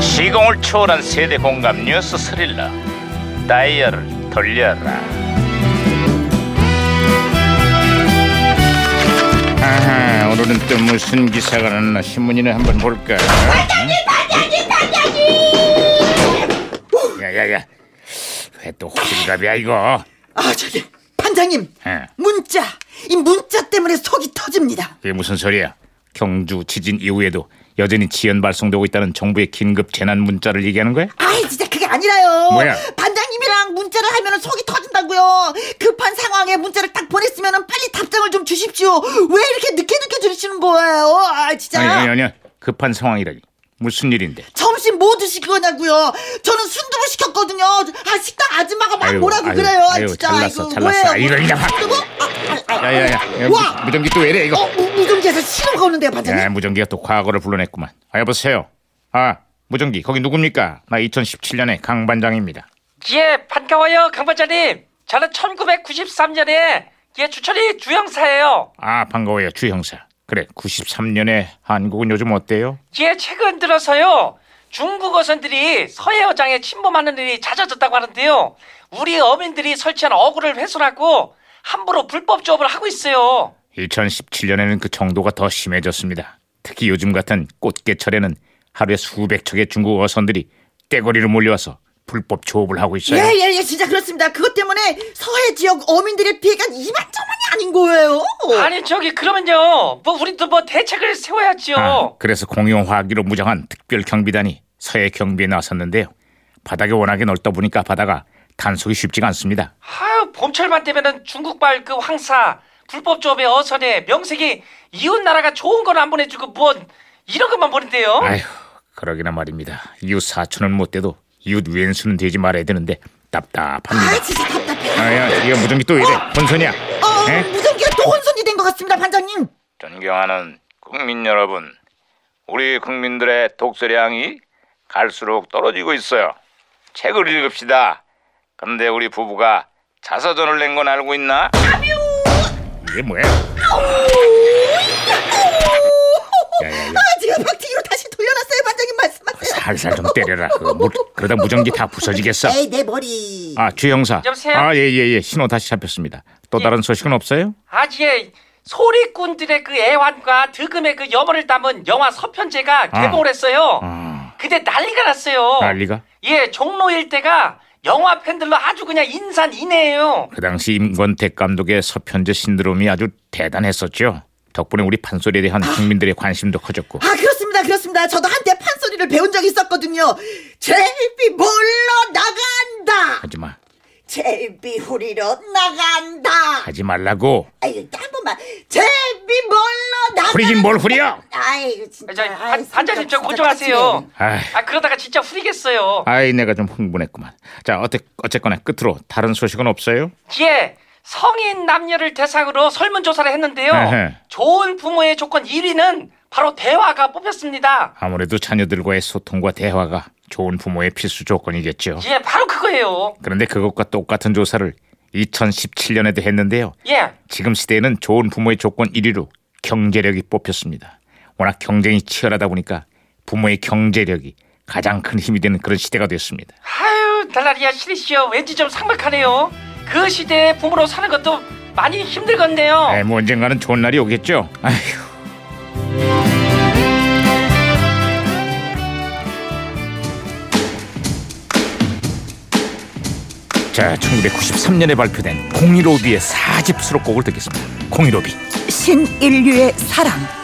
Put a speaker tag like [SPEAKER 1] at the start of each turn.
[SPEAKER 1] 시공을 초월한 세대 공감 뉴스 스릴러 다이얼을 돌려라 아하 오늘은 또 무슨 기사가 났나 신문이나 한번 볼까 반장님 반장님 반장님 야야야 왜 또 호들갑이야 이거
[SPEAKER 2] 아 저기 반장님
[SPEAKER 1] 예.
[SPEAKER 2] 문자 이 문자 때문에 속이 터집니다
[SPEAKER 1] 그게 무슨 소리야 경주 지진 이후에도 여전히 지연 발송되고 있다는 정부의 긴급 재난 문자를 얘기하는 거야?
[SPEAKER 2] 아이 진짜 그게 아니라요
[SPEAKER 1] 뭐야?
[SPEAKER 2] 반장님이랑 문자를 하면 속이 터진다고요 급한 상황에 문자를 딱 보냈으면 빨리 답장을 좀 주십시오 왜 이렇게 늦게 늦게 주시는 거예요 아 진짜
[SPEAKER 1] 아니 아니 아니야 급한 상황이라니 무슨 일인데
[SPEAKER 2] 점심 뭐 드실 거냐고요 저는 순두부 시켰거든요 아 식당 아줌마가 막
[SPEAKER 1] 아유,
[SPEAKER 2] 뭐라고
[SPEAKER 1] 아유,
[SPEAKER 2] 그래요 아
[SPEAKER 1] 아유,
[SPEAKER 2] 진짜
[SPEAKER 1] 잘났어,
[SPEAKER 2] 이거
[SPEAKER 1] 잘났어.
[SPEAKER 2] 뭐예요
[SPEAKER 1] 이거 그냥 확.
[SPEAKER 2] 순두부? 아, 아, 아,
[SPEAKER 1] 야야야
[SPEAKER 2] 와
[SPEAKER 1] 무전기 또 왜래 이거
[SPEAKER 2] 어, 무- 무전기에서 신호가 오는데요 반장님
[SPEAKER 1] 야, 무전기가 또 과거를 불러냈구만 아 여보세요 아 무전기 거기 누굽니까 나 2017년의 강 반장입니다
[SPEAKER 3] 예, 반가워요, 강반장님. 저는 1993년에 예, 주철이 주영사예요.
[SPEAKER 1] 아 반가워요 주 형사 그래 93년에 한국은 요즘 어때요
[SPEAKER 3] 예, 최근 들어서요. 중국 어선들이 서해 어장에 침범하는 일이 잦아졌다고 하는데요. 우리 어민들이 설치한 어구를 훼손하고 함부로 불법 조업을 하고 있어요.
[SPEAKER 1] 2017년에는 그 정도가 더 심해졌습니다 특히 요즘 같은 꽃게철에는 하루에 수백 척의 중국 어선들이 떼거리로 몰려와서 불법 조업을 하고 있어요
[SPEAKER 2] 예, 예, 예, 진짜 그렇습니다. 그것 때문에 서해 지역 어민들의 피해가 이만저만이 아닌 거예요.
[SPEAKER 3] 아니, 저기 그러면요. 뭐 우리도 뭐 대책을 세워야지요.
[SPEAKER 1] 아, 그래서 공용화기로 무장한 특별 경비단이 서해 경비에 나섰는데요. 바닥이 워낙에 넓다 보니까 바다가 단속이 쉽지가 않습니다.
[SPEAKER 3] 아유, 봄철만 되면은 중국발 그 황사, 불법 조업의 어선에 명색이 이웃 나라가 좋은 건 안 보내주고 뭔 이런 것만 보는데요.
[SPEAKER 1] 아휴, 그러기나 말입니다. 이웃 사촌은 못 돼도 이웃 왼수는 되지 말아야 되는데
[SPEAKER 2] 아,
[SPEAKER 1] 답답합니다.
[SPEAKER 2] 진짜 답답해.
[SPEAKER 1] 아야, 이거 무전기 또 이래. 혼선이야.
[SPEAKER 2] 어,
[SPEAKER 1] 에?
[SPEAKER 2] 무전기가 또 혼선이 된 것 같습니다, 반장님.
[SPEAKER 1] 존경하는 국민 여러분, 우리 국민들의 독서량이 갈수록 떨어지고 있어요. 책을 읽읍시다. 근데 우리 부부가 자서전을 낸 건 알고 있나? 이게 뭐야? 야야야,
[SPEAKER 2] 아, 제가 박치기로 다시 돌려놨어요, 반장님 말씀하세요.
[SPEAKER 1] 살살 좀 때려라. 그거 물- 그러다 무전기 다 부서지겠어.
[SPEAKER 2] 에이, 내 머리.
[SPEAKER 1] 아, 주 형사.
[SPEAKER 3] 여보세요?
[SPEAKER 1] 아, 예, 예, 예. 신호 다시 잡혔습니다. 또
[SPEAKER 3] 예.
[SPEAKER 1] 다른 소식은 없어요?
[SPEAKER 3] 아지의 소리꾼들의 그 애환과 득음의 그 염원을 담은 영화 서편제가
[SPEAKER 1] 아.
[SPEAKER 3] 개봉을 했어요.
[SPEAKER 1] 아,
[SPEAKER 3] 근데 난리가 났어요.
[SPEAKER 1] 난리가?
[SPEAKER 3] 예, 종로 일대가 영화 팬들로 아주 그냥 인산인해예요.
[SPEAKER 1] 그 당시 임권택 감독의 서편제 신드롬이 아주 대단했었죠. 덕분에 우리 판소리에 대한 국민들의 관심도 커졌고.
[SPEAKER 2] 아, 그렇습니다, 그렇습니다. 저도 한때 판소리를 배운 적이 있었거든요. 제비 몰러 나간다.
[SPEAKER 1] 하지 마.
[SPEAKER 2] 제비 후리러 나간다.
[SPEAKER 1] 하지 말라고.
[SPEAKER 2] 아유, 한 번만. 제비 몰러 나간다.
[SPEAKER 1] 후리긴 뭘 후려?
[SPEAKER 2] 아이고, 진짜.
[SPEAKER 3] 저,
[SPEAKER 2] 아이,
[SPEAKER 3] 반- 반장님
[SPEAKER 2] 진짜,
[SPEAKER 3] 좀
[SPEAKER 2] 진짜
[SPEAKER 3] 고정하세요.
[SPEAKER 2] 짜증나네.
[SPEAKER 1] 아이.
[SPEAKER 3] 아, 그러다가 진짜 후리겠어요.
[SPEAKER 1] 아이 내가 좀 흥분했구만. 자, 어때 어쨌거나 끝으로 다른 소식은 없어요?
[SPEAKER 3] 예, 성인 남녀를 대상으로 설문조사를 했는데요.
[SPEAKER 1] 에헤.
[SPEAKER 3] 좋은 부모의 조건 1위는 바로 대화가 뽑혔습니다.
[SPEAKER 1] 아무래도 자녀들과의 소통과 대화가 좋은 부모의 필수 조건이겠죠.
[SPEAKER 3] 예, 바로 그거예요.
[SPEAKER 1] 그런데 그것과 똑같은 조사를 2017년에도 했는데요.
[SPEAKER 3] 예,
[SPEAKER 1] 지금 시대에는 좋은 부모의 조건 1위로 경제력이 뽑혔습니다. 워낙 경쟁이 치열하다 보니까 부모의 경제력이 가장 큰 힘이 되는 그런 시대가 됐습니다.
[SPEAKER 3] 아유 달라리야 시리시여 왠지 좀 삭막하네요 그 시대에 부모로 사는 것도 많이 힘들건데요
[SPEAKER 1] 에이, 뭐 언젠가는 좋은 날이 오겠죠. 아휴. 자, 1993년에 발표된 015B의 4집 수록곡을 듣겠습니다. 015B.
[SPEAKER 2] 신인류의 사랑